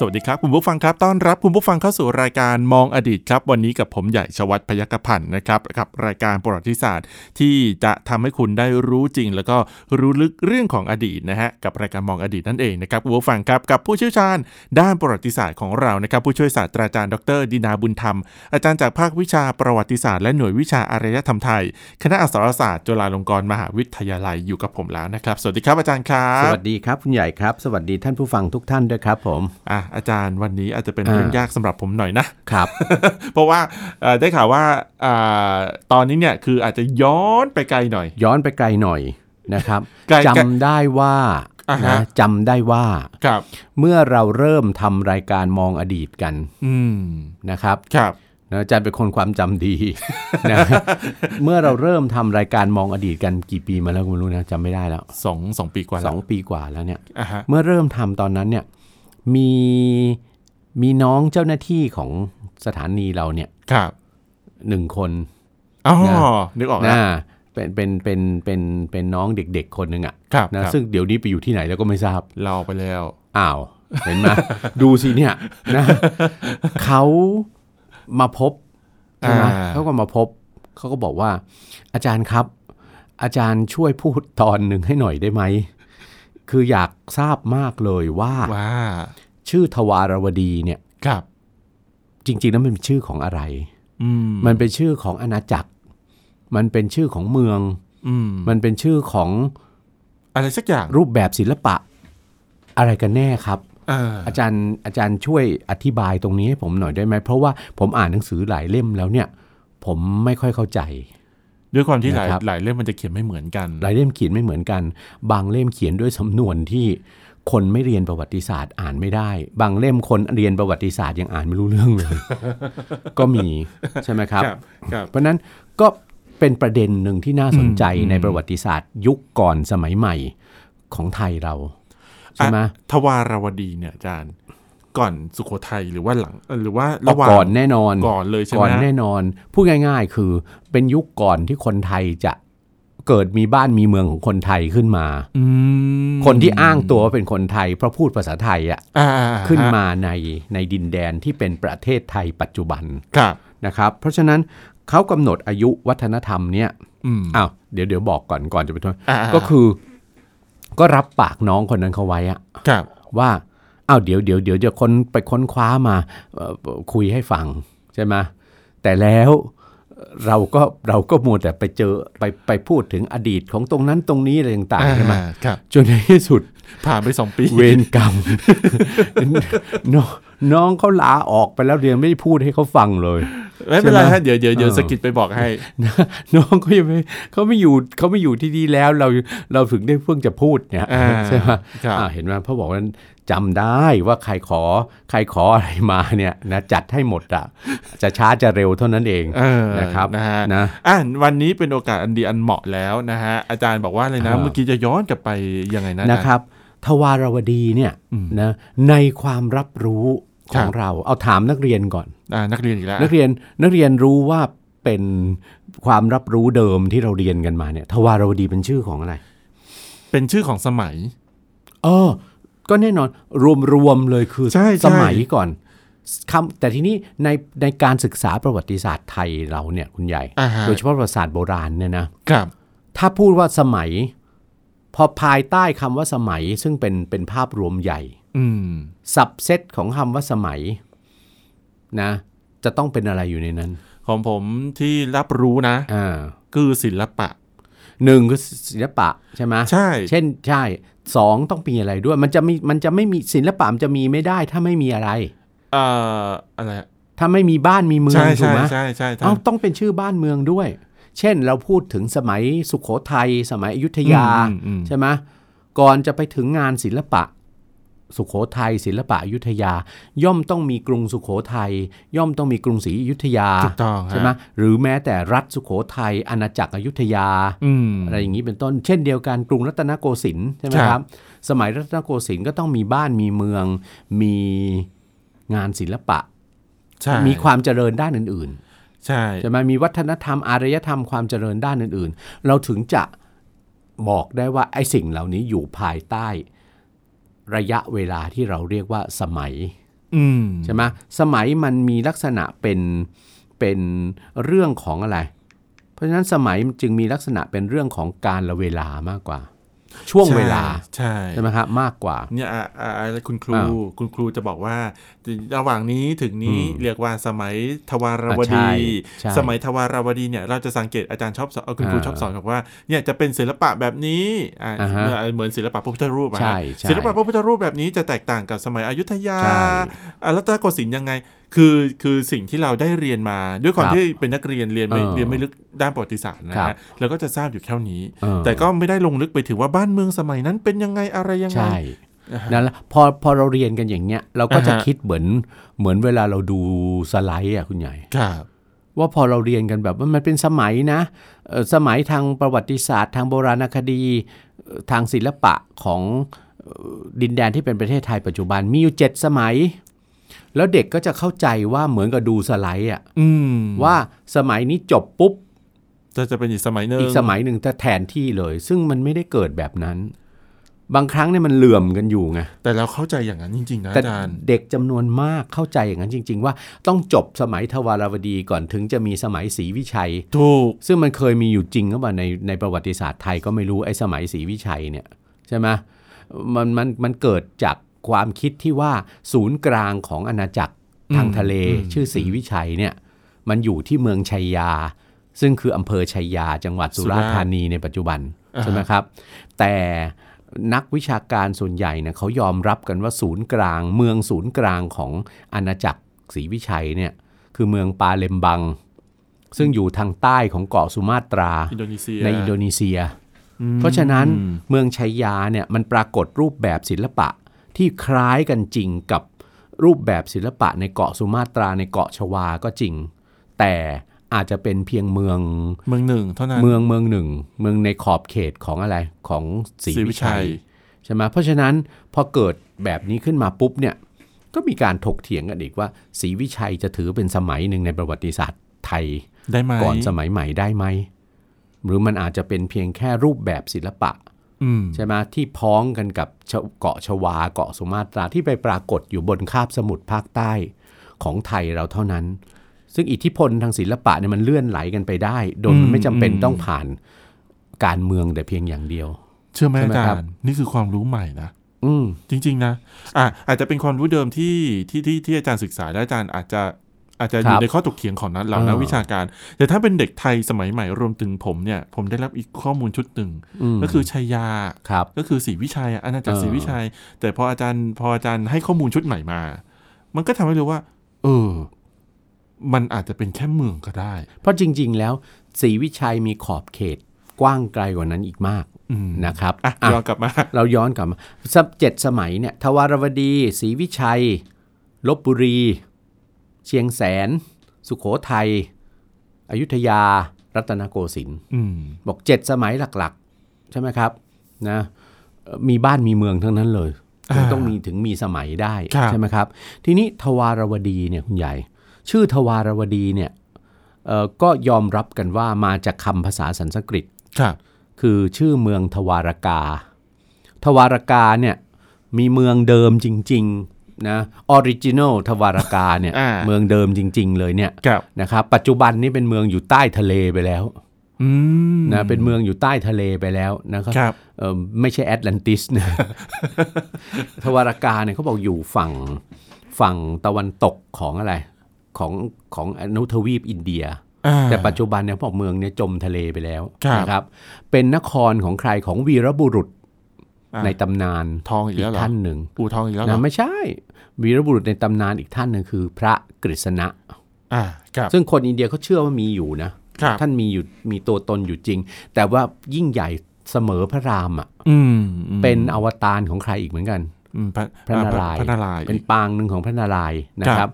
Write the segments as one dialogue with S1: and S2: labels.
S1: สวัสดีครับคุณผู้ฟังครับต้อนรับคุณผู้ฟังเข้าสู่รายการมองอดีตครับ วันนี้กับผมใหญ่ชวัฒน์พยัคฆพันธ์นะครับกับรายการประวัติศาสตร์ ที่จะทำให้คุณได้รู้จริง แล้วก็รู้ลึกเรื่องของอดีตนะฮะกับรายการมองอดีตนั่นเองนะครับคุณผู้ฟังครับกับผู้เชี่ยวชาญ ด้านประวัติศาสตร์ของเรานะครับผู้ช่วยศาสตราจารย์ดรดินาบุญธรรม อาจารย์จากภาควิชาประวัติศาสตร์และหน่วยวิชาอารยธรรมไทย คณะอักษรศาสตร์จุฬาลงกรณ์มหาวิทยาลัยอยู่กับผมแล้วนะครับสวัสดีครับอาจารย์ครับ
S2: สวัสดีครับคุณใหญ่ครับ สวัสดีท่านผู้ฟังทุกท่านด้วยครับผม
S1: อ่ะอาจารย์วันนี้อาจจะเป็นเรื่อง
S2: อ่าย
S1: ยากสำหรับผมหน่อยนะ
S2: ครับ
S1: เพราะว่าเอ่อได้ข่าวว่าอาตอนนี้เนี่ยคืออาจจะย้อนไปไกลหน่อย
S2: ย้อนไปไกลหน่อยนะครับ
S1: ไกลไกล
S2: จำได้ว่า
S1: อ่าฮะ
S2: นะจำได้ว่า
S1: ครับ
S2: เมื่อเราเริ่มทำรายการมองอดีตกัน
S1: อืม
S2: นะครับ
S1: ครับ
S2: นะอาจารย์เป็นคนความจำดี นะ เมื่อเราเริ่มทำรายการมองอดีตกันกี่ปีมาแล้วก็ไม่รู้นะจำไม่ได้แล้ว
S1: สองสองปีกว่า
S2: ส
S1: แล้ว
S2: องปีกว่าแล้วเนี่ย
S1: อ่ะฮะ
S2: เมื่อเริ่มทำตอนนั้นเนี่ยมีมีน้องเจ้าหน้าที่ของสถานีเราเนี่ย
S1: ครับ
S2: หนึ่งคน
S1: อ๋อ
S2: นะ
S1: นึกออกแล้ว
S2: นะเป็นเป็นเป็นเป็นเป็นน้องเด็กๆ คนหนึ่งอะ
S1: ครับ
S2: นะครับ ซึ่งเดี๋ยวนี้ไปอยู่ที่ไหนแล้วก็ไม่ทราบ
S1: เราไปแล้ว
S2: อ้าว เห็นไหม ดูสิเนี่ยนะเขามาพบใช่ไหม
S1: อ่
S2: เขาก็มาพบเขาก็บอกว่า อาจารย์ครับ อาจารย์ช่วยพูดตอนหนึ่งให้หน่อยได้ไหม คืออยากทราบมากเลยว่า
S1: ว้า
S2: ชื่อทวารวดีเนี่ย
S1: ครับ
S2: จริงๆแล้วมันเป็นชื่อของอะไร
S1: อืม
S2: มันเป็นชื่อของอาณาจักร มันเป็นชื่อของเมือง
S1: อืม
S2: มันเป็นชื่อของ
S1: อะไรสักอย่าง
S2: รูปแบบศิลปะอะไรกันแน่ครับ
S1: เออ
S2: อาจารย์อาจารย์ช่วยอธิบายตรงนี้ให้ผมหน่อยได้ไหม เพราะว่าผมอ่านหนังสือหลายเล่มแล้วเนี่ย ผมไม่ค่อยเข้าใจ
S1: ด้วยความที่หลาย
S2: นะครับ
S1: หลายเล่มมันจะเขียนไม่เหมือนกัน
S2: หลายเล่มเขียนไม่เหมือนกัน บางเล่มเขียนด้วยสำนวนที่คนไม่เรียนประวัติศาสตร์อ่านไม่ได้ บางเล่มคนเรียนประวัติศาสตร์ยังอ่านไม่รู้เรื่องเลย ก็มีใช่ไหมครับ
S1: ครับครับ
S2: เพราะฉะนั้นก็เป็นประเด็นหนึ่งที่น่าสนใจ
S1: อืม
S2: ในประวัติศาสตร์ ยุคก่อนสมัยใหม่ของไทยเราใช่ไหม
S1: อ่ะทวารวดีเนี่ยอาจารย์ ก่อนสุโขทัยหรือว่าหลังเอ่อหรือว่า
S2: เอา
S1: ระหว่าง
S2: ก่อนแน่นอน
S1: ก่อนเลยใช่ไหม
S2: ก่อน
S1: ฮะ
S2: แน่นอนพูดง่าย ๆ คือเป็นยุคก่อนที่คนไทยจะเกิดมีบ้านมีเมืองของคนไทยขึ้นมา
S1: อืม
S2: คนที่อ้างตัวว่าเป็นคนไทยเพราะพูดภาษาไทยอ่ะ
S1: อ่า
S2: ขึ้น
S1: ฮะ
S2: มาในในดินแดนที่เป็นประเทศไทยปัจจุบัน
S1: ครับ
S2: นะครับ เพราะฉะนั้นเขากำหนดอายุวัฒนธรรมเนี่ย
S1: อืม
S2: อ้าวเดี๋ยวเดี๋ยวบอกก่อนก่อนจะไปทวน
S1: อ่า
S2: ก็คือก็รับปากน้องคนนั้นเขาไว้อะ
S1: ครับ
S2: ว่าอ้าวเดี๋ยวเดี๋ยวเดี๋ยวจะคนไปค้นคว้ามาเอ่อคุยให้ฟังใช่ไหมแต่แล้วเราก็เราก็มัวแต่ไปเจอไปไปพูดถึงอดีตของตรงนั้นตรงนี้อะไรต่างๆใช่ไหม
S1: อ่าครับ
S2: จนในที่สุด
S1: ผ่านไปสองปี
S2: เวรกรรม น้องน้องเขาลาออกไปแล้วเรียนไม่ได้พูดให้เขาฟังเลย
S1: ไม่เป็นไร
S2: ใช่ไห
S1: ฮะ
S2: ม
S1: เดี๋ยวเดี๋ยวเดี๋ยว
S2: เออ
S1: สะกิดไปบอกให้
S2: นะน้องเขายังไม่เขาไม่อยู่เขาไม่อยู่ที่นี่แล้วเราเราถึงได้เพิ่งจะพูดเนี่ย
S1: อ่า
S2: ใช่ไหม
S1: ครับ
S2: อ่าเห็นไหมพ่อบอกว่าจำได้ว่าใครขอใครขออะไรมาเนี่ยนะจัดให้หมดอ่ะจะช้าจะเร็วเท่านั้นเอง
S1: เออ
S2: นะครับ
S1: นะฮะ
S2: นะ
S1: อ่ะวันนี้เป็นโอกาสอันดีอันเหมาะแล้วนะฮะ อาจารย์บอกว่าอะไรนะ
S2: อ่า
S1: เมื่อกี้จะย้อนกลับไปยังไงนะอาจา
S2: นะ
S1: ย์
S2: ครับ ทวารวดีเนี่ยนะในความรับรู้ขอ
S1: ครั
S2: ง
S1: บ
S2: เราเอาถามนักเรียนก่อน
S1: อ่านักเรียนอีกแล้ว
S2: นักเรียนนักเรียนรู้ว่าเป็นความรับรู้เดิมที่เราเรียนกันมาเนี่ยทวารวดีเป็นชื่อของอะไร
S1: เป็นชื่อของสมัย
S2: เออ ก็แน่นอนรวมรวมๆเลยคือ
S1: ใช่ใช่
S2: สมัยก่อนคำแต่ทีนี้ในในการศึกษาประวัติศาสตร์ไทยเราเนี่ยคุณใหญ่
S1: อ่าฮะ
S2: โดยเฉพาะประวัติศาสตร์โบราณเนี่ยนะครับ ถ้าพูดว่าสมัย พอภายใต้คำว่าสมัยซึ่งเป็นเป็นภาพรวมใหญ่
S1: อืม
S2: สับเซตของคำว่าสมัยนะจะต้องเป็นอะไรอยู่ในนั้น
S1: ของผมที่รับรู้นะ
S2: อ่า
S1: คือศิลปะ
S2: หนึ่งคือศิลปะใช่ไหม
S1: ใช่
S2: เช่นใช่สองต้องมีอะไรด้วย มันจะมีมันจะไม่มีศิลปะมันจะมีไม่ได้ถ้าไม่มีอะไร
S1: เอ่ออะไรอะ
S2: ถ้าไม่มีบ้านมีเมือง
S1: ใช่
S2: ถูก
S1: ใช่
S2: ไหม
S1: ใช่ใช่ท่า
S2: เอ้าน ต้องเป็นชื่อบ้านเมืองด้วย เช่นเราพูดถึงสมัยสุขโขทัยสมัยอยุธยา
S1: อืมอืมอืม
S2: ใช่ไหมก่อนจะไปถึงงานศิลปะ สุขโขทัยศิลปะอยุธยา ย่อมต้องมีกรุงสุขโขทัยย่อมต้องมีกรุงศรีอยุธยา
S1: ถูกต้องฮะ
S2: ใช่ไหมหรือแม้แต่รัฐสุขโขทัยอาณาจักรอยุธยา
S1: อืม
S2: อะไรอย่างนี้เป็นต้น เช่นเดียวกันกรุงรัตนโกสินทร์ใช่ไหม
S1: ครับ
S2: ครับ สมัยรัตนโกสินทร์ก็ต้องมีบ้านมีเมือง มีงานศิลปะ
S1: ใช่
S2: มีความเจริญด้านอื่น
S1: ใช่
S2: ๆใช่ไหมมีวัฒนธรรมอารยธรรมความเจริญด้านอื่นๆ เราถึงจะบอกได้ว่าไอ้สิ่งเหล่านี้อยู่ภายใต้ระยะเวลาที่เราเรียกว่าสมัย
S1: อืม
S2: ใช่ไหมสมัยมันมีลักษณะเป็นเป็นเรื่องของอะไร เพราะฉะนั้นสมัยจึงมีลักษณะเป็นเรื่องของการละเวลามากกว่า ช่วงเวลา
S1: ใช่
S2: ใช่ไหมฮะมากกว่า
S1: เนี่ยอ่ะอ่ะอ่ะคุณครู
S2: อ้าว
S1: คุณครูจะบอกว่า ระหว่างนี้ถึงนี้เรียกว่าสมัยทวารว
S2: อ่ะใช่
S1: ดี
S2: ใช่
S1: สมัยทวารวดีเนี่ยเราจะสังเกตอาจารย์ชอบสอนเอ่อคุณครู
S2: อ่า
S1: ชอบสอนบอกว่าเนี่ยจะเป็นศิลปะแบบนี้อ่ะ
S2: อ่าฮะ
S1: เหมือนศิลปะพระพุทธรูปอ่ะ
S2: ใช่
S1: ฮะ
S2: ใช่
S1: ศิลปะพระพุทธรูปแบบนี้จะแตกต่างกับสมัยอยุธยา
S2: ใช่
S1: อ่ะรัตนโกสินทร์ยังไง คือคือสิ่งที่เราได้เรียนมา ด้วยความ
S2: ครับ
S1: ที่เป็นนักเรียนเรียนไม่
S2: เออ
S1: เรียนไม่ลึกด้านประวัติศาสตร์นะ
S2: ครั
S1: ฮะ
S2: บ
S1: เราก็จะทราบอยู่แค่นี้
S2: เออ
S1: แต่ก็ไม่ได้ลงลึกไปถึงว่าบ้านเมืองสมัยนั้นเป็นยังไงอะไรยังไง
S2: ใช่นั่นแหละพอพอเราเรียนกันอย่างเงี้ยเราก็จะ
S1: อ่าฮะ
S2: คิดเหมือนเหมือนเวลาเราดูสไลด์อ่ะคุณใหญ่
S1: ครับ
S2: ว่าพอเราเรียนกันแบบว่ามันเป็นสมัยนะเอ่อสมัยทางประวัติศาสตร์ ทางโบราณคดีเอ่อทางศิลปะของเอ่อดินแดนที่เป็นประเทศไทยปัจจุบันมีอยู่เจ็ดสมัย แล้วเด็กก็จะเข้าใจว่าเหมือนกับดูสไลด์อะ
S1: อืม
S2: ว่าสมัยนี้จบปุ๊บ
S1: จะจะเป็นอีกสมัยหนึ่ง
S2: อีกสมัยหนึ่งจะแทนที่เลย ซึ่งมันไม่ได้เกิดแบบนั้น บางครั้งเนี่ยมันเหลื่อมกันอยู่ไง
S1: แต่เราเข้าใจอย่างนั้นจริงๆนะ
S2: แต่
S1: อาจารย์
S2: เด็กจำนวนมากเข้าใจอย่างนั้นจริง ๆ ว่าต้องจบสมัยทวารวดีก่อนถึงจะมีสมัยศรีวิชัย
S1: ถูก
S2: ซึ่งมันเคยมีอยู่จริงหรือเปล่าในในประวัติศาสตร์ไทยก็ไม่รู้ไอ้สมัยศรีวิชัยเนี่ยใช่ไหมมันมันมันเกิดจากความคิดที่ว่าศูนย์กลางของอาณาจักรทางทะเล ชื่อศรีวิชัยเนี่ยมันอยู่ที่เมืองชัยยา ซึ่งคืออำเภอชัยยา จังหวัดสุราษฎร์ธานีในปัจจุบันใช่ไหมครับ แต่นักวิชาการส่วนใหญ่เนี่ยเขายอมรับกันว่าศูนย์กลาง เมืองศูนย์กลางของอาณาจักรศรีวิชัยเนี่ยคือเมืองปาเลมบัง ซึ่งอยู่ทางใต้ของเกาะสุมาตรา
S1: อินโดนีเซีย
S2: ในอินโดนีเซีย เพราะฉะนั้นเมืองชัยยาเนี่ยมันปรากฏรูปแบบศิลปะที่คล้ายกันจริงกับรูปแบบศิลปะในเกาะสุมาตราในเกาะชวาก็จริง แต่อาจจะเป็นเพียงเมือง
S1: เมืองหนึ่งเท่านั้น
S2: เมืองเมืองหนึ่ง เมืองในขอบเขตของอะไรของศรี
S1: ศรี
S2: วิ
S1: วิ
S2: ชั
S1: ชั
S2: ย
S1: ย
S2: ใช่ไหมเพราะฉะนั้นพอเกิดแบบนี้ขึ้นมาปุ๊บเนี่ยก็มีการถกเถียงกันอีกว่าศรีวิชัยจะถือเป็นสมัยหนึ่งในประวัติศาสตร์ไทย
S1: ได้ไหม
S2: ก่อนสมัยใหม่ได้ไหม หรือมันอาจจะเป็นเพียงแค่รูปแบบศิลปะ
S1: อืม
S2: ใช่ไหมที่พ้องกันกับชะเกาะชวาเกาะสุมาตราที่ไปปรากฏอยู่บนคาบสมุทรภาคใต้ของไทยเราเท่านั้น ซึ่งอิทธิพลทางศิลปะเนี่ยมันเลื่อนไหลกันไปได้ โดย
S1: อื
S2: มัน
S1: ม
S2: ไม่จำเป็น
S1: อืม
S2: ต้องผ่านการเมืองแต่เพียงอย่างเดียว
S1: เชื่อไหม
S2: ใช่
S1: อา
S2: ไหม
S1: จา
S2: ครับ
S1: รย์ นี่คือความรู้ใหม่นะ
S2: อืม
S1: จริง ๆ นะอ่ะอาจจะเป็นความรู้เดิมที่ที่ที่ที่อาจารย์ศึกษาและอาจารย์อาจจะอาจจะอยู่
S2: ครับ
S1: ในข้อถกเถียงของนักเหล่านัก
S2: เออ
S1: วิชาการ แต่ถ้าเป็นเด็กไทยสมัยใหม่รวมถึงผมเนี่ย ผมได้รับอีกข้อมูลชุดหนึ่งก็คือชัยยา
S2: ครับ
S1: ก็คือศรีวิชัยอะอาณาจักร
S2: เออ
S1: ศรีวิชัย แต่พออาจารย์พออาจารย์ให้ข้อมูลชุดใหม่มา มันก็ทำให้รู้ว่า เออ มันอาจจะเป็นแค่เมืองก็ได้
S2: เพราะจริง ๆ แล้วศรีวิชัยมีขอบเขตกว้างไกลกว่านั้นอีกมาก
S1: อืม
S2: นะครับ
S1: อ่ะ
S2: อ่ะ
S1: ย้อนกลับมา
S2: เราย้อนกลับมาสับเจ็ดสมัยเนี่ยทวารวดีศรีวิชัยลบบุรี เชียงแสน สุขโขทัยอยุธยา รัตนโกสินทร์
S1: อืม
S2: บอกเจ็ดสมัยหลักๆ ใช่ไหมครับนะเอ่อมีบ้านมีเมืองทั้งนั้นเลย
S1: อ่า
S2: ต้องมีถึงมีสมัยได้
S1: ครับ
S2: ใช่ไหมครับ ทีนี้ทวารวดีเนี่ยคุณใหญ่ ชื่อทวารวดีเนี่ยเอ่อก็ยอมรับกันว่ามาจากคำภาษาสันสกฤต
S1: ครับ
S2: คือชื่อเมืองทวารกา ทวารกาเนี่ยมีเมืองเดิมจริงๆนะออริจินอลทวารกาเนี่ย
S1: า
S2: เมืองเดิมจริง ๆ เลยเนี่ย
S1: ครับ
S2: นะครับปัจจุบันนี้เป็นเมืองอยู่ใต้ทะเลไปแล้ว
S1: อืม
S2: นะเป็นเมืองอยู่ใต้ทะเลไปแล้วนะค
S1: ครับ รับ
S2: เอ่อไม่ใช่แอตแลนติสนะ ทวารกาเนี่ยเขาบอกอยู่ฝั่งฝั่งตะวันตกของอะไรของของอนุทวีปอินเดีย
S1: อ่า
S2: แต่ปัจจุบันเนี่ยพวกเมืองเนี่ยจมทะเลไปแล้ว
S1: ครับ
S2: นะครับ เป็นนครของใครของวีรบุรุษ
S1: อ่ะ
S2: ในตำนาน
S1: ทองอีก
S2: อี
S1: แล้
S2: ก
S1: วเหรอ
S2: ท่านหนึ่ง
S1: อูทองอีกแล้วเหร
S2: นะ
S1: อ
S2: ไม่ใช่ วีรบุรุษในตำนานอีกท่านหนึ่งคือ พระกฤษณะ
S1: อ่า ครับ
S2: ซึ่งคนอินเดียเขาเชื่อว่ามีอยู่นะครับ ท่านมีอยู่มีตัวตนอยู่จริง แต่ว่ายิ่งใหญ่เสมอพระรามอ่ะ
S1: อืมอืม
S2: เป็นอวตารของใครอีกเหมือนกัน
S1: อืมพระ
S2: พระนารายณ์
S1: พระนารายณ์
S2: เป็นปางหนึ่งของพระนารายณ์นะค
S1: ครั
S2: รับ
S1: บ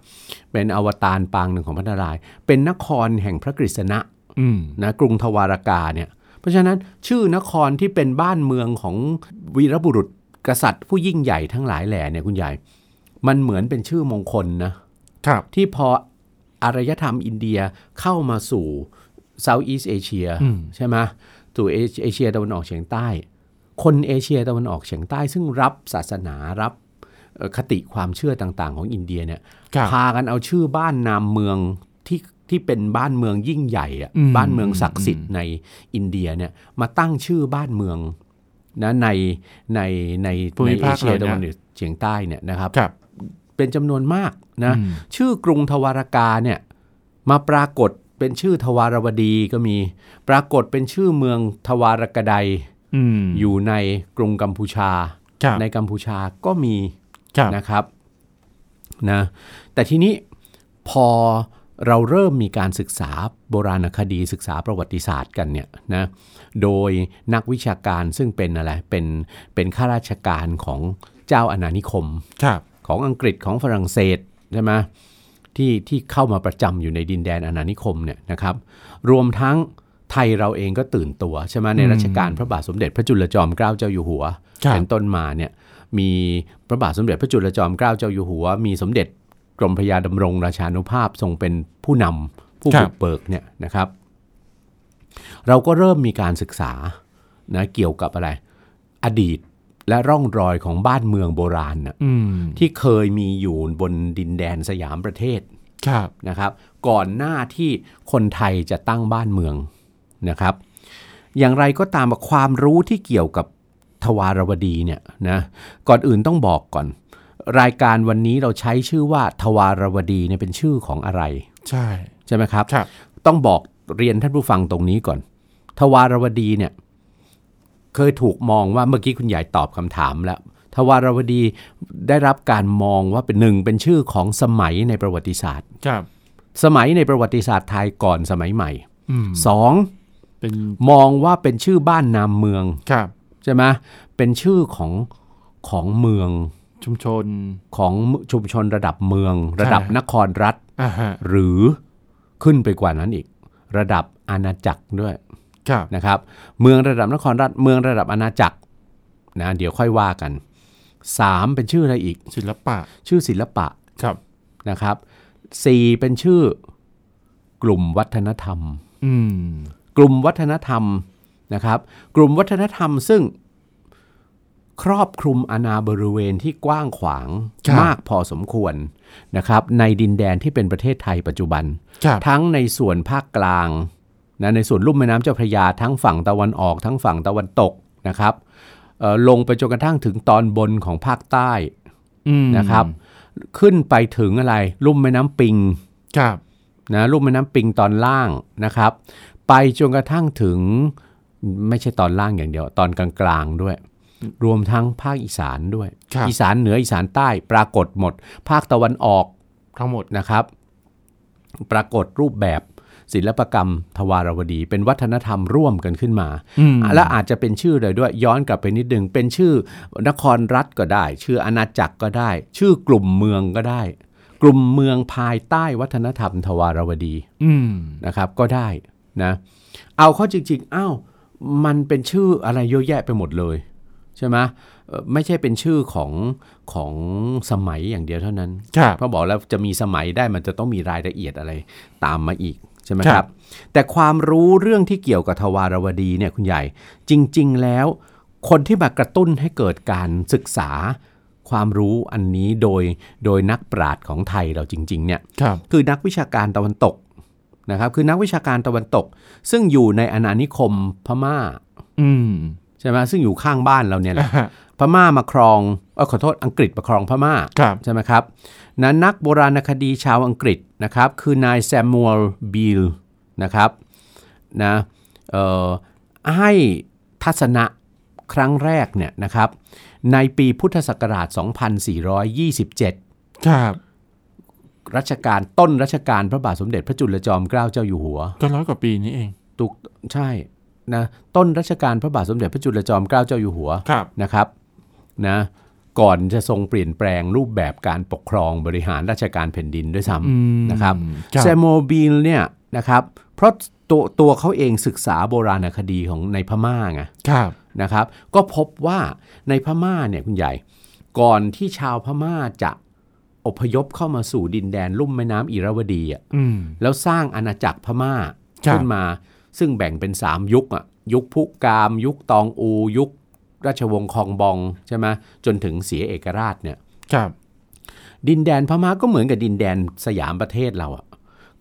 S2: เป็นอวตารปางหนึ่งของพระนารายณ์เป็นนครแห่งพระกฤษณะ
S1: อืม
S2: นะกรุงทวารากาเนี่ยเพราะฉะนั้นชื่อนครที่เป็นบ้านเมืองของวีรบุรุษกษัตริย์ผู้ยิ่งใหญ่ทั้งหลายแหล่เนี่ยคุณใหญ่ มันเหมือนเป็นชื่อมงคลนะ
S1: ครับ
S2: ที่พออารยธรรมอินเดียเข้ามาสู่ Southeast Asia
S1: อืม
S2: ใช่ไหมสู่เอเอเชียตะวันออกเฉียงใต้ คนเอเชียตะวันออกเฉียงใต้ ซึ่งรับศาสนารับเอ่อคติความเชื่อต่างๆ ของอินเดียเนี่ย
S1: ครับ
S2: พากันเอาชื่อบ้านนามเมืองที่ที่เป็นบ้านเมืองยิ่งใหญ่อะ
S1: อืม
S2: บ้านเมืองศักดิ์สิทธิ์ในอินเดียเนี่ยมาตั้งชื่อบ้านเมืองนะในในใน
S1: ภู
S2: ใน
S1: มิ
S2: เอ
S1: ภาค
S2: เชีย
S1: เหล่านี้
S2: ตะวันออกเฉียงใต้เนี่ยนะครับ
S1: ครับ
S2: เป็นจำนวนมากนะ
S1: อืม
S2: ชื่อกรุงทวารากาเนี่ยมาปรากฏเป็นชื่อทวารวดีก็มี ปรากฏเป็นชื่อเมืองทวารกได
S1: อืม
S2: อยู่ในกรุงกัมพูชา
S1: ครับ
S2: ในกัมพูชาก็มี
S1: ครับ
S2: นะครับนะแต่ทีนี้พอเราเริ่มมีการศึกษาโบราณคดีศึกษาประวัติศาสตร์กันเนี่ยนะโดยนักวิชาการซึ่งเป็นอะไรเป็นเป็นข้าราชการของเจ้าอาณานิคม
S1: ครับ
S2: ของอังกฤษของฝรั่งเศสใช่ไหมที่ที่เข้ามาประจำอยู่ในดินแดนอาณานิคมเนี่ยนะครับ รวมทั้งไทยเราเองก็ตื่นตัวใช่ไหมในรัชกาลพระบาทสมเด็จพระจุลจอมเกล้าเจ้าอยู่หัว
S1: ครับ
S2: เป็นต้นมาเนี่ยมีพระบาทสมเด็จพระจุลจอมเกล้าเจ้าอยู่หัว มีสมเด็จกรมพระยาดำรงราชานุภาพทรงเป็นผู้นำผู้บุกเบิกเนี่ยนะครับ เราก็เริ่มมีการศึกษานะเกี่ยวกับอะไร อดีตและร่องรอยของบ้านเมืองโบราณน่ะ
S1: อืม
S2: ที่เคยมีอยู่บนดินแดนสยามประเทศ
S1: ครับ
S2: นะครับ ก่อนหน้าที่คนไทยจะตั้งบ้านเมืองนะครับ อย่างไรก็ตามความรู้ที่เกี่ยวกับทวารวดีเนี่ยนะก่อนอื่นต้องบอกก่อน รายการวันนี้เราใช้ชื่อว่าทวารวดีเนี่ยเป็นชื่อของอะไร
S1: ใช่
S2: ใช่ไหมครับ
S1: ครับ
S2: ต้องบอกเรียนท่านผู้ฟังตรงนี้ก่อน ทวารวดีเนี่ยเคยถูกมองว่าเมื่อกี้คุณใหญ่ตอบคำถามแล้ว ทวารวดีได้รับการมองว่าเป็นหนึ่งเป็นชื่อของสมัยในประวัติศาสตร์
S1: ครับ
S2: สมัยในประวัติศาสตร์ไทยก่อนสมัยใหม่
S1: อืม
S2: สอง
S1: เป็น
S2: มองว่าเป็นชื่อบ้านนามเมือง
S1: ครับ
S2: ใช่ไหมเป็นชื่อของของเมือง
S1: ชุมชน
S2: ของชุมชนระดับเมือง
S1: ใช่
S2: ระดับนครรัฐ
S1: อ่าฮะ
S2: หรือขึ้นไปกว่านั้นอีก ระดับอาณาจักรด้วย
S1: ครับ
S2: นะครับเมืองระดับนครรัฐเมืองระดับอาณาจักรนะเดี๋ยวค่อยว่ากัน 3 เป็นชื่ออะไรอีก
S1: ศิลปะ
S2: ชื่อศิลปะ
S1: ครับ
S2: นะครับ4เป็นชื่อกลุ่มวัฒนธรรม
S1: อืม
S2: กลุ่มวัฒนธรรมนะครับ กลุ่มวัฒนธรรมซึ่งครอบคลุมอาณาบริเวณที่กว้างขวางมากพอสมควรนะครับ ในดินแดนที่เป็นประเทศไทยปัจจุบัน
S1: ครับ
S2: ทั้งในส่วนภาคกลางนะในส่วนลุ่มแม่น้ำเจ้าพระยาทั้งฝั่งตะวันออก ทั้งฝั่งตะวันตกนะครับเอ่อลงไปจนกระทั่งถึงตอนบนของภาคใต้
S1: อืม
S2: นะครับ ขึ้นไปถึงอะไรลุ่มแม่น้ำปิง
S1: ครับ
S2: นะลุ่มแม่น้ำปิงตอนล่างนะครับ ไปจนกระทั่งถึงไม่ใช่ตอนล่างอย่างเดียวตอนกลางๆด้วย รวมทั้งภาคอีสานด้วย
S1: ครับ
S2: อีสานเหนืออีสานใต้ปรากฏหมด ภาคตะวันออก
S1: ทั้งหมด
S2: นะครับ ปรากฏรูปแบบศิลปกรรมทวารวดี เป็นวัฒนธรรมร่วมกันขึ้นมา
S1: อืม
S2: และอาจจะเป็นชื่อเลยด้วยย้อนกลับไปนิดนึง เป็นชื่อนครรัฐก็ได้ ชื่ออาณาจักรก็ได้ ชื่อกลุ่มเมืองก็ได้ กลุ่มเมืองภายใต้วัฒนธรรมทวารวดี
S1: อืม
S2: นะครับ ก็ได้นะ เอาเข้อจริงๆอ้าวมันเป็นชื่ออะไรเยอะแยะไปหมดเลย ใช่ไหมเอ่อไม่ใช่เป็นชื่อของของสมัยอย่างเดียวเท่านั้น
S1: ครับ
S2: เพราะบอกแล้วจะมีสมัยได้มันจะต้องมีรายละเอียดอะไรตามมาอีกใช่ไหมครับ แต่ความรู้เรื่องที่เกี่ยวกับทวารวดีเนี่ยคุณใหญ่ จริง ๆ แล้ว คนที่มากระตุ้นให้เกิดการศึกษา ความรู้อันนี้โดยโดยนักปราชญ์ของไทยเราจริง ๆ เนี่ย
S1: ครับ
S2: คือนักวิชาการตะวันตกนะครับ คือนักวิชาการตะวันตก ซึ่งอยู่ในอาณานิคมพม่า
S1: อืม
S2: ใช่ไหมซึ่งอยู่ข้างบ้านเราเนี่ยแห
S1: อ่า
S2: ละ
S1: ฮะ
S2: พม่ามาครองเออขอโทษอังกฤษมาครองพม่า
S1: ครับ
S2: ใช่ไหมครับนะนักโบราณคดีชาวอังกฤษนะครับ คือนายแซมมูเอลบิลนะครับนะเอ่อให้ทัศนะครั้งแรกเนี่ยนะครับ ในปีพุทธศักราช 2427
S1: ครับ
S2: รัชกาลต้นรัชกาลพระบาทสมเด็จพระจุลจอมเกล้าเจ้าอยู่หัว
S1: ก็ร้อยกว่าปีนี้เอง
S2: ตุกใช่นะต้นรัชกาลพระบาทสมเด็จพระจุลจอมเกล้าเจ้าอยู่หัว
S1: ครับ
S2: นะครับนะ ก่อนจะทรงเปลี่ยนแปลงรูปแบบการปกครองบริหารราชการแผ่นดินด้วยซ้ำนะครับแซมโมบิลเนี่ยนะครับเพราะตัวตัวเขาเองศึกษาโบราณคดีของในพม่าไง
S1: ครับ
S2: นะครับก็พบว่าในพม่าเนี่ยคุณใหญ่ ก่อนที่ชาวพม่าจะอพยพเข้ามาสู่ดินแดนลุ่มแม่น้ำอิระวดีอ่ะ
S1: อืม
S2: แล้วสร้างอาณาจักรพม่า
S1: ครับ
S2: ขึ้นมา ซึ่งแบ่งเป็น 3 ยุคอ่ะยุคพุกาม ยุคตองอู ยุคราชวงศ์คองบองใช่ไหมจนถึงเสียเอกราชเนี่ย
S1: ครับ
S2: ดินแดนพม่าก็เหมือนกับดินแดนสยามประเทศเราอ่ะ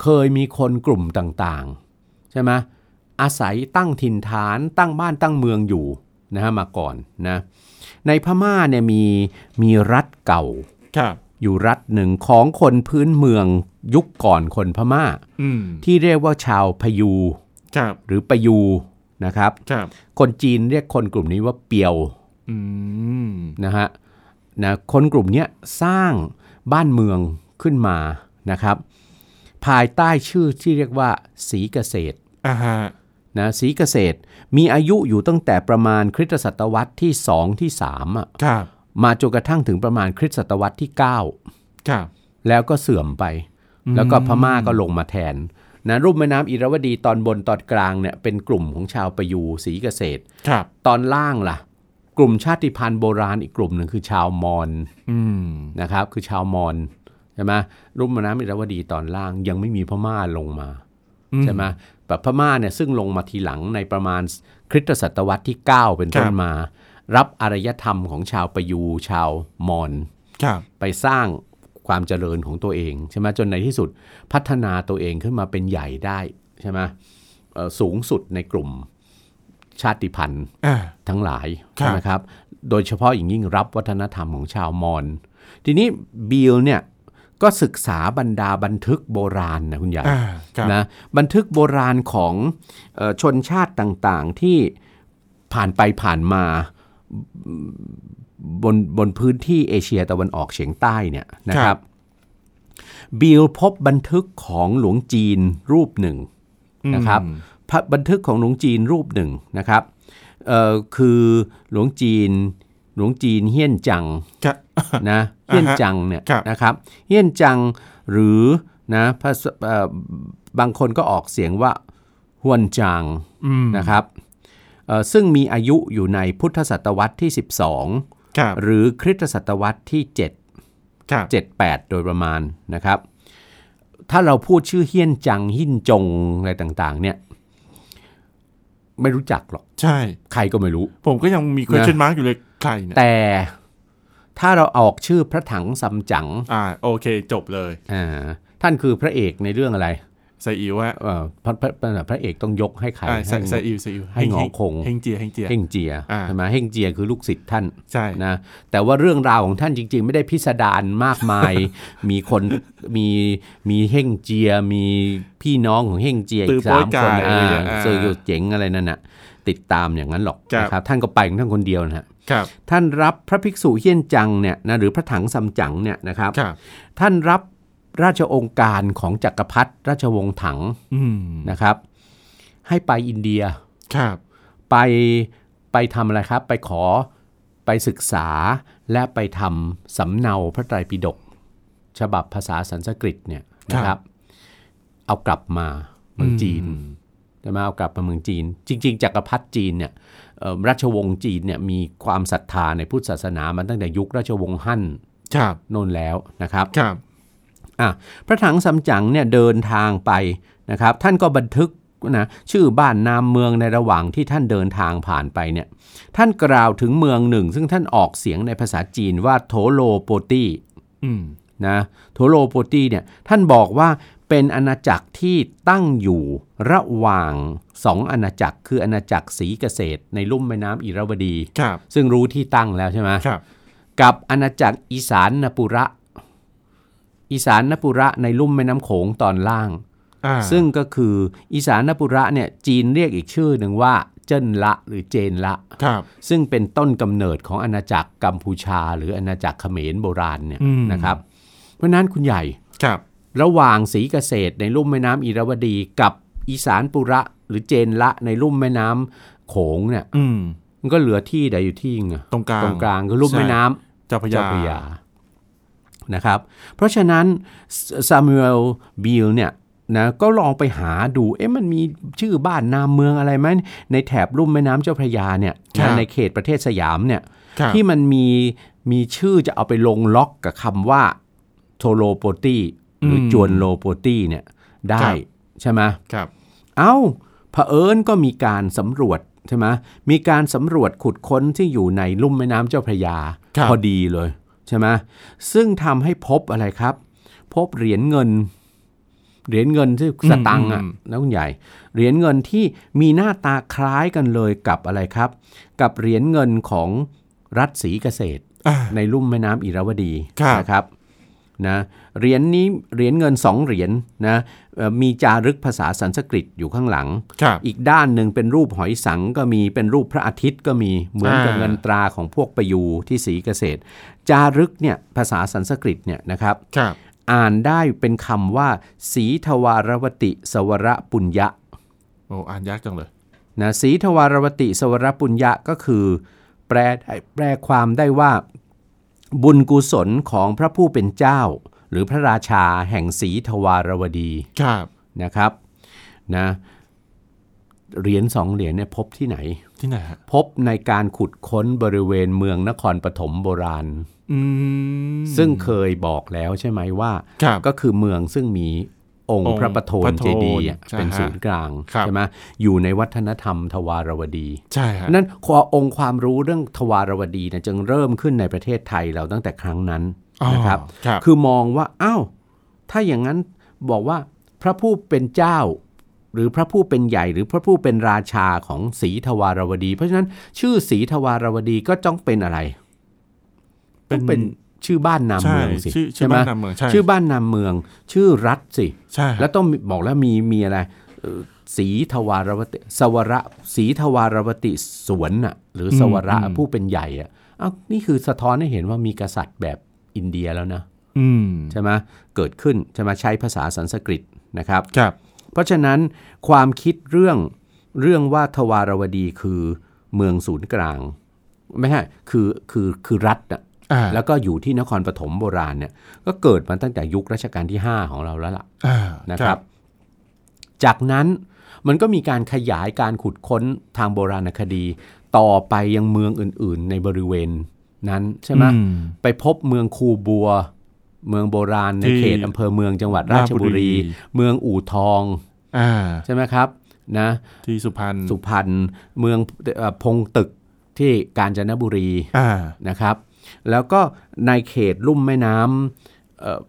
S2: เคยมีคนกลุ่มต่างๆใช่ไหมอาศัยตั้งถิ่นฐานตั้งบ้านตั้งเมืองอยู่ นะฮะมาก่อนนะในพม่าเนี่ยมีมีรัฐเก่า
S1: ครับ
S2: อยู่รัฐหนึ่งของคนพื้นเมืองยุคก่อนคนพม่า
S1: อืม
S2: ที่เรียกว่าชาวพยู
S1: ครับ
S2: หรือปยูนะครับ
S1: ครับ
S2: คนจีนเรียกคนกลุ่มนี้ว่าเปียว
S1: อืม
S2: นะฮะนะคนกลุ่มเนี้ยสร้างบ้านเมืองขึ้นมานะครับ ภายใต้ชื่อที่เรียกว่าสีเกษตร
S1: อ่าฮะ
S2: นะสีเกษตรมีอายุอยู่ตั้งแต่ประมาณคริสตศตวรรษที่ 2 ที่3อ่ะ
S1: ครับ
S2: มาจนกระทั่งถึงประมาณคริสตศตวรรษที่
S1: ครับ
S2: 9 แล้วก็เสื่อมไป แล้วก็พม่าก็ลงมาแทนนะรูปแม่น้ำอิระวดีตอนบนตอนกลางเนี่ยเป็นกลุ่มของชาวประยูสีเกษตร
S1: ครับ
S2: ตอนล่างล่ะ กลุ่มชาติพันธุ์โบราณอีกกลุ่มหนึ่งคือชาวมอญ
S1: อืม
S2: นะครับคือชาวมอญใช่ไหมรูปแม่น้ำอิระวดีตอนล่างยังไม่มีพม่าลงมา
S1: อืม
S2: ใช่ไหมแบบพม่าเนี่ยซึ่งลงมาทีหลังในประมาณคริสตศตวรรษที่ 9 เป็น
S1: คน
S2: ต้
S1: รับ
S2: มา รับอารยธรรมของชาวปยูชาวมอญ
S1: ครับ
S2: ไปสร้างความเจริญของตัวเองใช่ไหมจนในที่สุดพัฒนาตัวเองขึ้นมาเป็นใหญ่ได้ใช่ไหมเอ่อสูงสุดในกลุ่มชาติพันธุ์
S1: อ่า
S2: ทั้งหลาย
S1: ครับ
S2: ใช่ไหมครับ โดยเฉพาะอย่างยิ่งรับวัฒนธรรมของชาวมอญทีนี้บิลเนี่ยก็ศึกษาบรรดาบันทึกโบราณนะคุณใหญ่
S1: อ่าครับ
S2: นะบันทึกโบราณของเอ่อชนชาติต่างๆที่ผ่านไปผ่านมาบนบนพื้นที่เอเชียตะวันออกเฉียงใต้เนี่ยนะครับบิลพบบันทึกของหลวงจีนรูปหนึ่งนะครับพระบันทึกของหลวงจีนรูปหนึ่งนะครับเอ่อคือหลวงจีนหลวงจีนเฮี้ยนจัง
S1: ครับ
S2: นะเฮี้ยนจังเนี่ย
S1: ครับ
S2: นะครับเฮี้ยนจังหรือนะภาษาเอ่อบางคนก็ออกเสียงว่าฮวนจัง
S1: อืม
S2: นะครับเอ่อซึ่งมีอายุอยู่ในพุทธศตวรรษที่ 12
S1: ครับ
S2: หรือคริสตศตวรรษที่ 7
S1: ครับ
S2: 78 โดยประมาณนะครับ ถ้าเราพูดชื่อเฮี้ยนจังหิ้นจงอะไรต่างๆเนี่ยไม่รู้จักหรอก
S1: ใช่
S2: ใครก็ไม่รู้
S1: ผมก็ยังมี question mark อยู่เลยใครเนี่ย
S2: แต่ถ้าเราออกชื่อพระถังซัมจั๋ง
S1: อ่าโอเคจบเลย
S2: อ่าท่านคือพระเอกในเรื่องอะไร
S1: ไซอิวฮะ
S2: เอ่อพระพระพระพระเอกต้องยกให้ใคร
S1: อ่าไซ
S2: ให้
S1: ไซอิวไซอิว
S2: ให้หงอคง
S1: เฮงเจียเฮงเจีย
S2: เฮ่งเจีย
S1: อ่า
S2: ใช่ไหมเฮ่งเจียคือลูกศิษย์ท่าน
S1: ใช่
S2: นะแต่ว่าเรื่องราวของท่านจริง ๆ ไม่ได้พิสดารมากมาย มีคนมีมีเฮ่งเจียมีพี่น้องของเฮ่งเจีย
S1: ตื
S2: อี
S1: อก โป้
S2: สาย ม
S1: กา
S2: คน
S1: ยอะไร
S2: อ่า
S1: อย่างเงี้ยอ่า
S2: เซอร์โยเจ๋งอะไรนั่นน่ะติดตามอย่างนั้นหรอก
S1: ครับ
S2: นะครับท่านก็ไปของท่านคนเดียวนะฮะ
S1: ครับ
S2: ท่านรับพระภิกษุเฮี้ยนจังเนี่ยนะหรือพระถังซัมจั๋งเนี่ยนะครับ
S1: ครับ
S2: ท่านรับราชองค์การของจักรพรรดิราชวงศ์ถัง
S1: อืม
S2: นะครับ ให้ไปอินเดีย
S1: ครับ
S2: ไปไปทำอะไรครับ ไปขอไปศึกษาและไปทำสำเนาพระไตรปิฎกฉบับภาษาสันสกฤตเนี่ยนะครับ เอากลับมาเมืองจีนใช่ไหมเอากลับมาเมืองจีน จริง ๆจักรพรรดิจีนเนี่ยเอ่อราชวงศ์จีนเนี่ยมีความศรัทธาในพุทธศาสนามาตั้งแต่ยุคราชวงศ์ฮั่น
S1: ครับ
S2: โน่นแล้วนะครับ
S1: ครับ
S2: อ่ะพระถังสำจั๋งเนี่ยเดินทางไปนะครับ ท่านก็บันทึกนะชื่อบ้านนามเมืองในระหว่างที่ท่านเดินทางผ่านไปเนี่ยท่านกล่าวถึงเมืองหนึ่ง ซึ่งท่านออกเสียงในภาษาจีนว่าโถโลโปตี้
S1: อืม
S2: นะโถโลโปตี้เนี่ยท่านบอกว่าเป็นอาณาจักรที่ตั้งอยู่ระหว่างสองอาณาจักร คืออาณาจักรสีเกษตร ในลุ่มแม่น้ำอิระวดี
S1: ครับ
S2: ซึ่งรู้ที่ตั้งแล้วใช่ไหม
S1: ครับ
S2: กับอาณาจักรอีสานนปุระ อีสานนปุระในลุ่มแม่น้ำโขงตอนล่าง
S1: อ่า
S2: ซึ่งก็คืออีสานนปุระเนี่ยจีนเรียกอีกชื่อหนึ่งว่า เจิ้นละหรือเจนละ
S1: ครับ
S2: ซึ่งเป็นต้นกำเนิดของอาณาจักรกัมพูชา หรืออาณาจักรเขมรโบราณเนี่ย
S1: อืม
S2: นะครับ เพราะฉะนั้นคุณใหญ่
S1: ครับ
S2: ระหว่างสีเกษตรในลุ่มแม่น้ำอิระวดีกับอีสานปุระหรือเจนละในลุ่มแม่น้ำโขงเนี่ย
S1: อืม
S2: มันก็เหลือที่ใดอยู่ที่หนึ่งอะ
S1: ตรงกลาง
S2: ตรงกลางคือลุ่มแม่น้ำ
S1: เจ้าพระยา
S2: เจ้าพระยานะครับ เพราะฉะนั้นซามูเอลบิลเนี่ยนะก็ลองไปหาดูเอ๊ะมันมีชื่อบ้านนามเมืองอะไรไหมในแถบลุ่มแม่น้ำเจ้าพระยาเนี่ยนะในเขตประเทศสยามเนี่ย
S1: ครับ
S2: ที่มันมีมีชื่อจะเอาไปลงล็อกกับคำว่าโทโลโปตีหรืออ
S1: ม
S2: จวนโลโปตีเนี่ยได้
S1: ครับ
S2: ใช่ไหม
S1: ครับ
S2: เอ้าเผอิญก็มีการสำรวจใช่ไหมมีการสำรวจขุดค้นที่อยู่ในลุ่มแม่น้ำเจ้าพระยา
S1: ครับ
S2: พอดีเลยใช่ไหมซึ่งทำให้พบอะไรครับ พบเหรียญเงิน เหรียญเงินที่สตังค์อ่ะ
S1: อืม
S2: นะคุณใหญ่ เหรียญเงินที่มีหน้าตาคล้ายกันเลยกับอะไรครับ กับเหรียญเงินของรัฐศรีเกษตร
S1: อ่า
S2: ในลุ่มแม่น้ำอิราวดี
S1: ครับ
S2: นะครับนะเหรียญนี้เหรียญเงินสองเหรียญนะเอ่อมีจารึกภาษาสันสกฤตอยู่ข้างหลัง
S1: ครับ
S2: อีกด้านหนึ่งเป็นรูปหอยสังก็มีเป็นรูปพระอาทิตย์ก็มีเหมือนกับ
S1: อ่า
S2: เงินตราของพวกประยูที่ศรีเกษตร จารึกเนี่ยภาษาสันสกฤตเนี่ยนะครับ
S1: ครับ
S2: อ่านได้เป็นคำว่าสีทวารวติสวรปุญญะ
S1: โอ้อ่านยากจังเลย
S2: นะสีทวารวติสวรปุญญะก็คือ แปลได้แปลความได้ว่า บุญกุศลของพระผู้เป็นเจ้า หรือพระราชาแห่งสีทวารวดี
S1: ครับ
S2: นะครับนะเหรียญสองเหรียญเนี่ยพบที่ไหน
S1: ที่ไหนฮะ
S2: พบในการขุดค้นบริเวณเมืองนครปฐมโบราณ
S1: อืม
S2: ซึ่งเคยบอกแล้วใช่ไหมว่า
S1: ครับ
S2: ก็คือเมืองซึ่งมีอ
S1: อ
S2: งค์
S1: งค์
S2: พระประโทน
S1: พระโทน
S2: เจดีย์อะ
S1: ใช่ฮะ
S2: เป็นศูนย์กลาง
S1: ครับ
S2: ใช่ไหมอยู่ในวัฒนธรรมทวารวดี
S1: ใช่ฮะ
S2: นั่นความองค์ความรู้เรื่องทวารวดีเนะจึงเริ่มขึ้นในประเทศไทยเราตั้งแต่ครั้งนั้น
S1: อ๋อ
S2: นะครับ
S1: ครับ
S2: คือมองว่าอ้าวถ้าอย่างนั้นบอกว่าพระผู้เป็นเจ้า หรือพระผู้เป็นใหญ่หรือพระผู้เป็นราชาของศรีทวารวดี เพราะฉะนั้นชื่อศรีทวารวดีก็ต้องเป็นอะไร
S1: เป็น
S2: ต้องเป็นชื่อบ้านนาม
S1: ใช่
S2: เมืองสิ
S1: ชื่อชื่อ
S2: ไหม
S1: บ้านนามเมืองใช่
S2: ชื่อบ้านนามเมือง ชื่อรัฐสิ
S1: ใช่ฮะ
S2: แล้วต้องมีบอกแล้วมีมีอะไรเอ่อศรีทวารวติสวระศรีทวารวติสวนน่ะหรือสวระผู้เป็นใหญ่อ่ะเอ้านี่คือสะท้อนให้เห็นว่ามีกษัตริย์แบบอินเดียแล้วนะ
S1: อืม
S2: ใช่ไหมเกิดขึ้นใช่ไหมใช้ภาษาสันสกฤตนะครับ
S1: ครับ
S2: เพราะฉะนั้นความคิดเรื่องเรื่องว่าทวารวดีคือเมืองศูนย์กลางไม่ใช่คือคือคือรัฐน่ะ
S1: อ่า
S2: แล้วก็อยู่ที่นครปฐมโบราณเนี่ยก็เกิดมาตั้งแต่ยุครัชกาลที่ 5 ของเราแล้วล่ะ
S1: อ่า
S2: นะครับ จากนั้นมันก็มีการขยายการขุดค้นทางโบราณคดี ต่อไปยังเมืองอื่น ๆ ในบริเวณนั้นใช่ไหม
S1: อื
S2: ไปพบเมืองคูบัว เมืองโบราณใน
S1: ที่
S2: เขตอำเภอเมืองจังหวัดราช
S1: ราช
S2: บุ
S1: บุรี
S2: รี เมืองอู่ทอง
S1: อ่า
S2: ใช่ไหมครับนะ
S1: ที่สุพรรณ
S2: สุพรรณเมืองเอ่อพงตึกที่กาญจนบุรี
S1: อ่า
S2: นะครับ แล้วก็ในเขตลุ่มแม่น้ำเอ่อ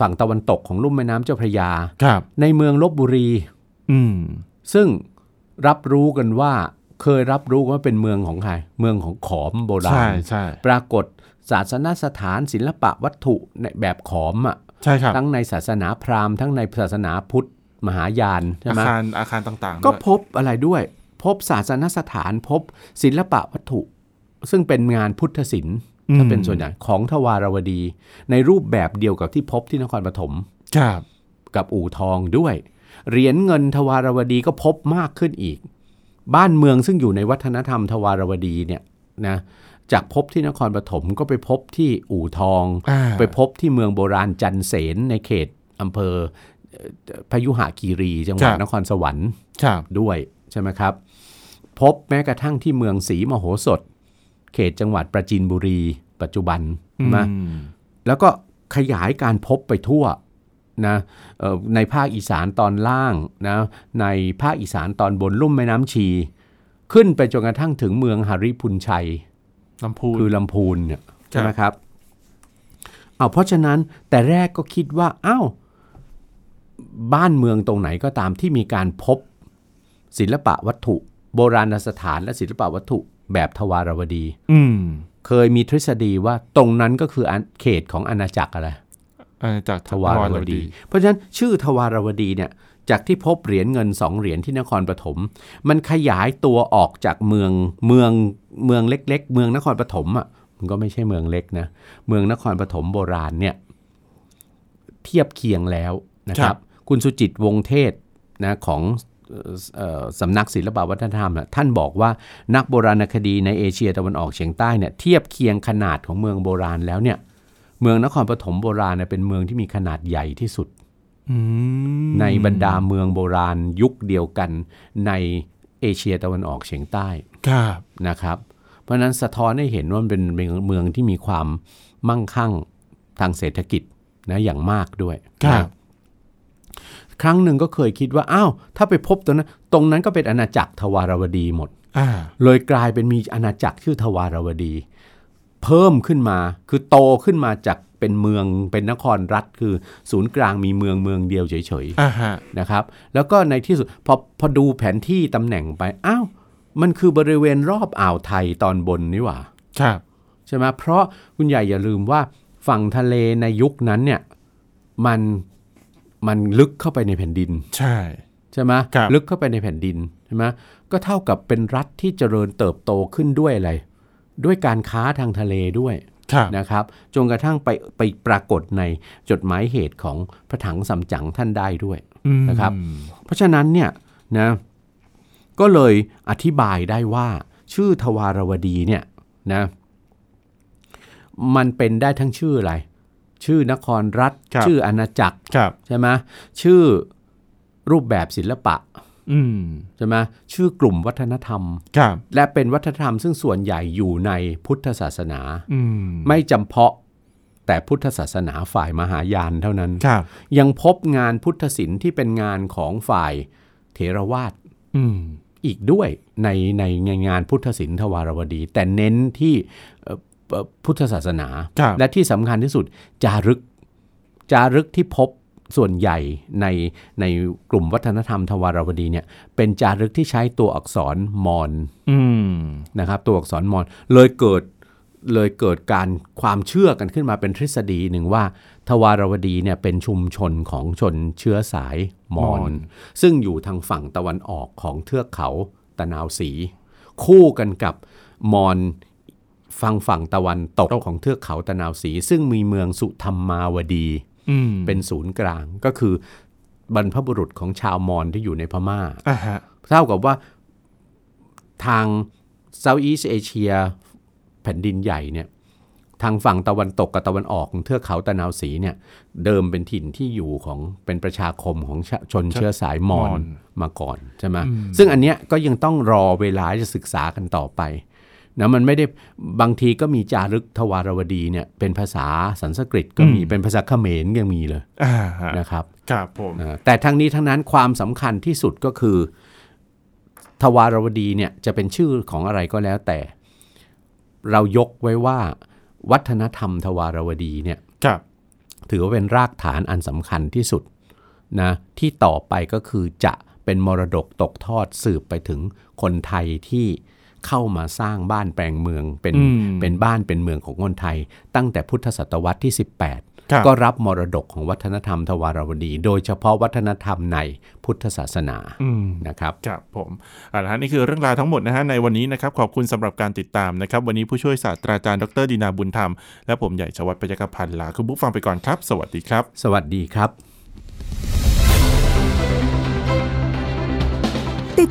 S2: ฝั่งตะวันตกของลุ่มแม่น้ำเจ้าพระยา
S1: ครับ
S2: ในเมืองลบบุรี
S1: อืม
S2: ซึ่งรับรู้กันว่าเคยรับรู้กันว่าเป็นเมืองของใครเมืองของขอมโบรา
S1: ใช่
S2: ณ
S1: ใช่
S2: ปรากฏศาสนสถานศิลปะวัตถุในแบบขอมอ่ะ
S1: ใช่ครับ
S2: ทั้งในศาสนาพราหมณ์ทั้งในศาสนาพุทธมหายานใช่
S1: อา
S2: ไหม
S1: คารอาคารต่างๆ
S2: ก็
S1: ด้วย
S2: พบอะไรด้วย พบศาสนสถานพบศิลปะวัตถุ ซึ่งเป็นงานพุทธศิลป์ถ้าเป็นส่วนใหญ่ของทวารวดี ในรูปแบบเดียวกับที่พบที่นครปฐม
S1: ครับ
S2: กับอู่ทองด้วย เหรียญเงินทวารวดีก็พบมากขึ้นอีก บ้านเมืองซึ่งอยู่ในวัฒนธรรมทวารวดีเนี่ยนะจากพบที่นครปฐมก็ไปพบที่อู่ทอง
S1: อ่า
S2: ไปพบที่เมืองโบราณจันเสนในเขตอำเภอเอ่อพยุหคีรี จังหวัด
S1: ครับ
S2: นครสวรรค์
S1: ครับ
S2: ด้วยใช่ไหมครับ พบแม้กระทั่งที่เมืองศรีมโหสถ เขตจังหวัดประจินบุรี ปัจจุบันนะ
S1: อืม
S2: แล้วก็ขยายการพบไปทั่วนะเอ่อในภาคอีสานตอนล่างนะในภาคอีสานตอนบนลุ่มแม่น้ำชี ขึ้นไปจนกระทั่งถึงเมืองหาริพุนชัย
S1: ลำพูน
S2: คือลำพูนเนี่ยใช่ไหมครับเอาเพราะฉะนั้นแต่แรกก็คิดว่าอ้าวบ้านเมืองตรงไหนก็ตามที่มีการพบศิลปะวัตถุ โบราณสถานและศิลปะวัตถุแบบทวารวดี
S1: อืม
S2: เคยมีทฤษฎีว่าตรงนั้นก็คืออันเขตของอาณาจักรอะไร
S1: อาณาจากร
S2: ทวารวดี เพราะฉะนั้นชื่อทวารวดีเนี่ยจากที่พบเหรียญเงินสองเหรียญที่นครปฐมมันขยายตัวออกจากเมืองเมืองเมืองเล็ก ๆ เมืองนครปฐมอ่ะมันก็ไม่ใช่เมืองเล็กนะเมืองนครปฐมโบราณเนี่ยเทียบเคียงแล้วนะครับ คุณสุจิตวงศ์เทศนะของ เอ่อเอ่อสำนักศิลปวัฒนธรรมน่ะท่านบอกว่านักโบราณคดีในเอเชียตะวันออกเฉียงใต้เนี่ยเทียบเคียงขนาดของเมืองโบราณแล้วเนี่ยเมืองนครปฐมโบราณเนี่ยเป็นเมืองที่มีขนาดใหญ่ที่สุด
S1: อืม
S2: ในบรรดาเมืองโบราณยุคเดียวกันในเอเชียตะวันออกเฉียงใต้
S1: ครับ
S2: นะครับ เพราะฉะนั้นสะท้อนให้เห็นว่ามันเป็นเมืองเมืองที่มีความมั่งคั่งทางเศรษฐกิจนะอย่างมากด้วย
S1: ครับ
S2: นะครั้งหนึ่งก็เคยคิดว่าอ้าวถ้าไปพบตรงนั้น ตรงนั้นก็เป็นอาณาจักรทวารวดีหมด
S1: อ่า
S2: เลยกลายเป็นมีอาณาจักรชื่อทวารวดี เพิ่มขึ้นมาคือโตขึ้นมาจากเป็นเมืองเป็นนครรัฐ คือศูนย์กลางมีเมืองเมืองเดียวเฉยๆ
S1: อ่าฮะ
S2: นะครับแล้วก็ในที่สุดพอพอดูแผนที่ตำแหน่งไปอ้าวมันคือบริเวณรอบอ่าวไทยตอนบนนี่หว่า
S1: ครับ
S2: ใช่ไหมเพราะคุณใหญ่อย่าลืมว่าฝั่งทะเลในยุคนั้นเนี่ยมันมันลึกเข้าไปในแผ่นดิน
S1: ใช่
S2: ใช่ไหม
S1: ครับ
S2: ลึกเข้าไปในแผ่นดินใช่ไหมก็เท่ากับเป็นรัฐที่เจริญเติบโตขึ้นด้วยอะไร ด้วยการค้าทางทะเลด้วย
S1: ครับ
S2: นะครับจนกระทั่งไปไปปรากฏในจดหมายเหตุของพระถังสัมจั๋งท่านได้ด้วย
S1: อืม
S2: นะครับ เพราะฉะนั้นเนี่ยนะก็เลยอธิบายได้ว่าชื่อทวารวดีเนี่ยนะมันเป็นได้ทั้งชื่ออะไร ชื่อนครรัฐ
S1: ครับ
S2: ชื่ออาณาจักร
S1: ครับ
S2: ใช่ไหมชื่อรูปแบบศิลปะ
S1: อืม
S2: ใช่ไหมชื่อกลุ่มวัฒนธรรม
S1: ครับ
S2: และเป็นวัฒนธรรมซึ่งส่วนใหญ่อยู่ในพุทธศาสนา
S1: อืม
S2: ไม่จำเพาะแต่พุทธศาสนาฝ่ายมหายานเท่านั้น
S1: ครับ
S2: ยังพบงานพุทธศิลป์ที่เป็นงานของฝ่ายเถรวาท
S1: อืม
S2: อีกด้วยในในในงานพุทธศิลป์ทวารวดี แต่เน้นที่เอ่อเอ่อพุทธศาสนา
S1: ครับ
S2: และที่สำคัญที่สุดจารึกจารึกที่พบส่วนใหญ่ในในกลุ่มวัฒนธรรมทวารวดีเนี่ยเป็นจารึกที่ใช้ตัวอักษรมอญ
S1: อืม
S2: นะครับตัวอักษรมอญเลยเกิดเลยเกิดการความเชื่อกันขึ้นมาเป็นทฤษฎีหนึ่งว่า ทวารวดีเนี่ยเป็นชุมชนของชนเชื้อสายมอญซึ่งอยู่ทางฝั่งตะวันออกของเทือกเขาตะนาวสี คู่กันกับมอญฝั่งฝั่งตะวันตกของเทือกเขาตะนาวสี ซึ่งมีเมืองสุธรรมาวดี
S1: อืม
S2: เป็นศูนย์กลางก็คือบรรพบุรุษของชาวมอญที่อยู่ในพม่า
S1: อ่าฮะ
S2: เท่ากับว่าทางเซาท์อีสเอเชียแผ่นดินใหญ่เนี่ยทางฝั่งตะวันตกกับตะวันออกของเทือกเขาตะนาวสีเนี่ยเดิมเป็นถิ่นที่อยู่ของเป็นประชาคมของชะชนเชื้อสายมอญมาก่อนใช่ไหมซึ่งอันเนี้ยก็ยังต้องรอเวลาจะศึกษากันต่อไปนะมันไม่ได้บางทีก็มีจารึกทวารวดีเนี่ยเป็นภาษาสันสกฤตก็มีเป็นภาษาเขมรยังมีเลย
S1: อ่าฮะ
S2: นะครับ
S1: ครับผม
S2: นะแต่ทั้งนี้ทั้งนั้นความสำคัญที่สุดก็คือ ทวารวดีเนี่ยจะเป็นชื่อของอะไรก็แล้วแต่ เรายกไว้ว่า วัฒนธรรมทวารวดีเนี่ย
S1: ครับ
S2: ถือว่าเป็นรากฐานอันสำคัญที่สุดนะที่ต่อไปก็คือจะเป็นมรดกตกทอดสืบไปถึงคนไทยที่เข้ามาสร้างบ้านแปลงเมืองเป็นเป็นบ้านเป็นเมืองของคนไทย ตั้งแต่พุทธศตวรรษที่ 18
S1: ครับ
S2: ก็รับมรดกของวัฒนธรรมทวารวดี โดยเฉพาะวัฒนธรรมในพุทธศาสนา
S1: อืม
S2: นะครับ
S1: ครับผมเอาละฮะนี่คือเรื่องราวทั้งหมดนะฮะในวันนี้นะครับขอบคุณสำหรับการติดตามนะครับ วันนี้ผู้ช่วยศาสตราจารย์ดรดินาบุญธรรม และผมใหญ่ชวัฒน์ปัญญกพันธ์ลาคุณผู้ฟังไปก่อนครับ สวัสดีครับ
S2: สวัสดีครับ
S3: ติด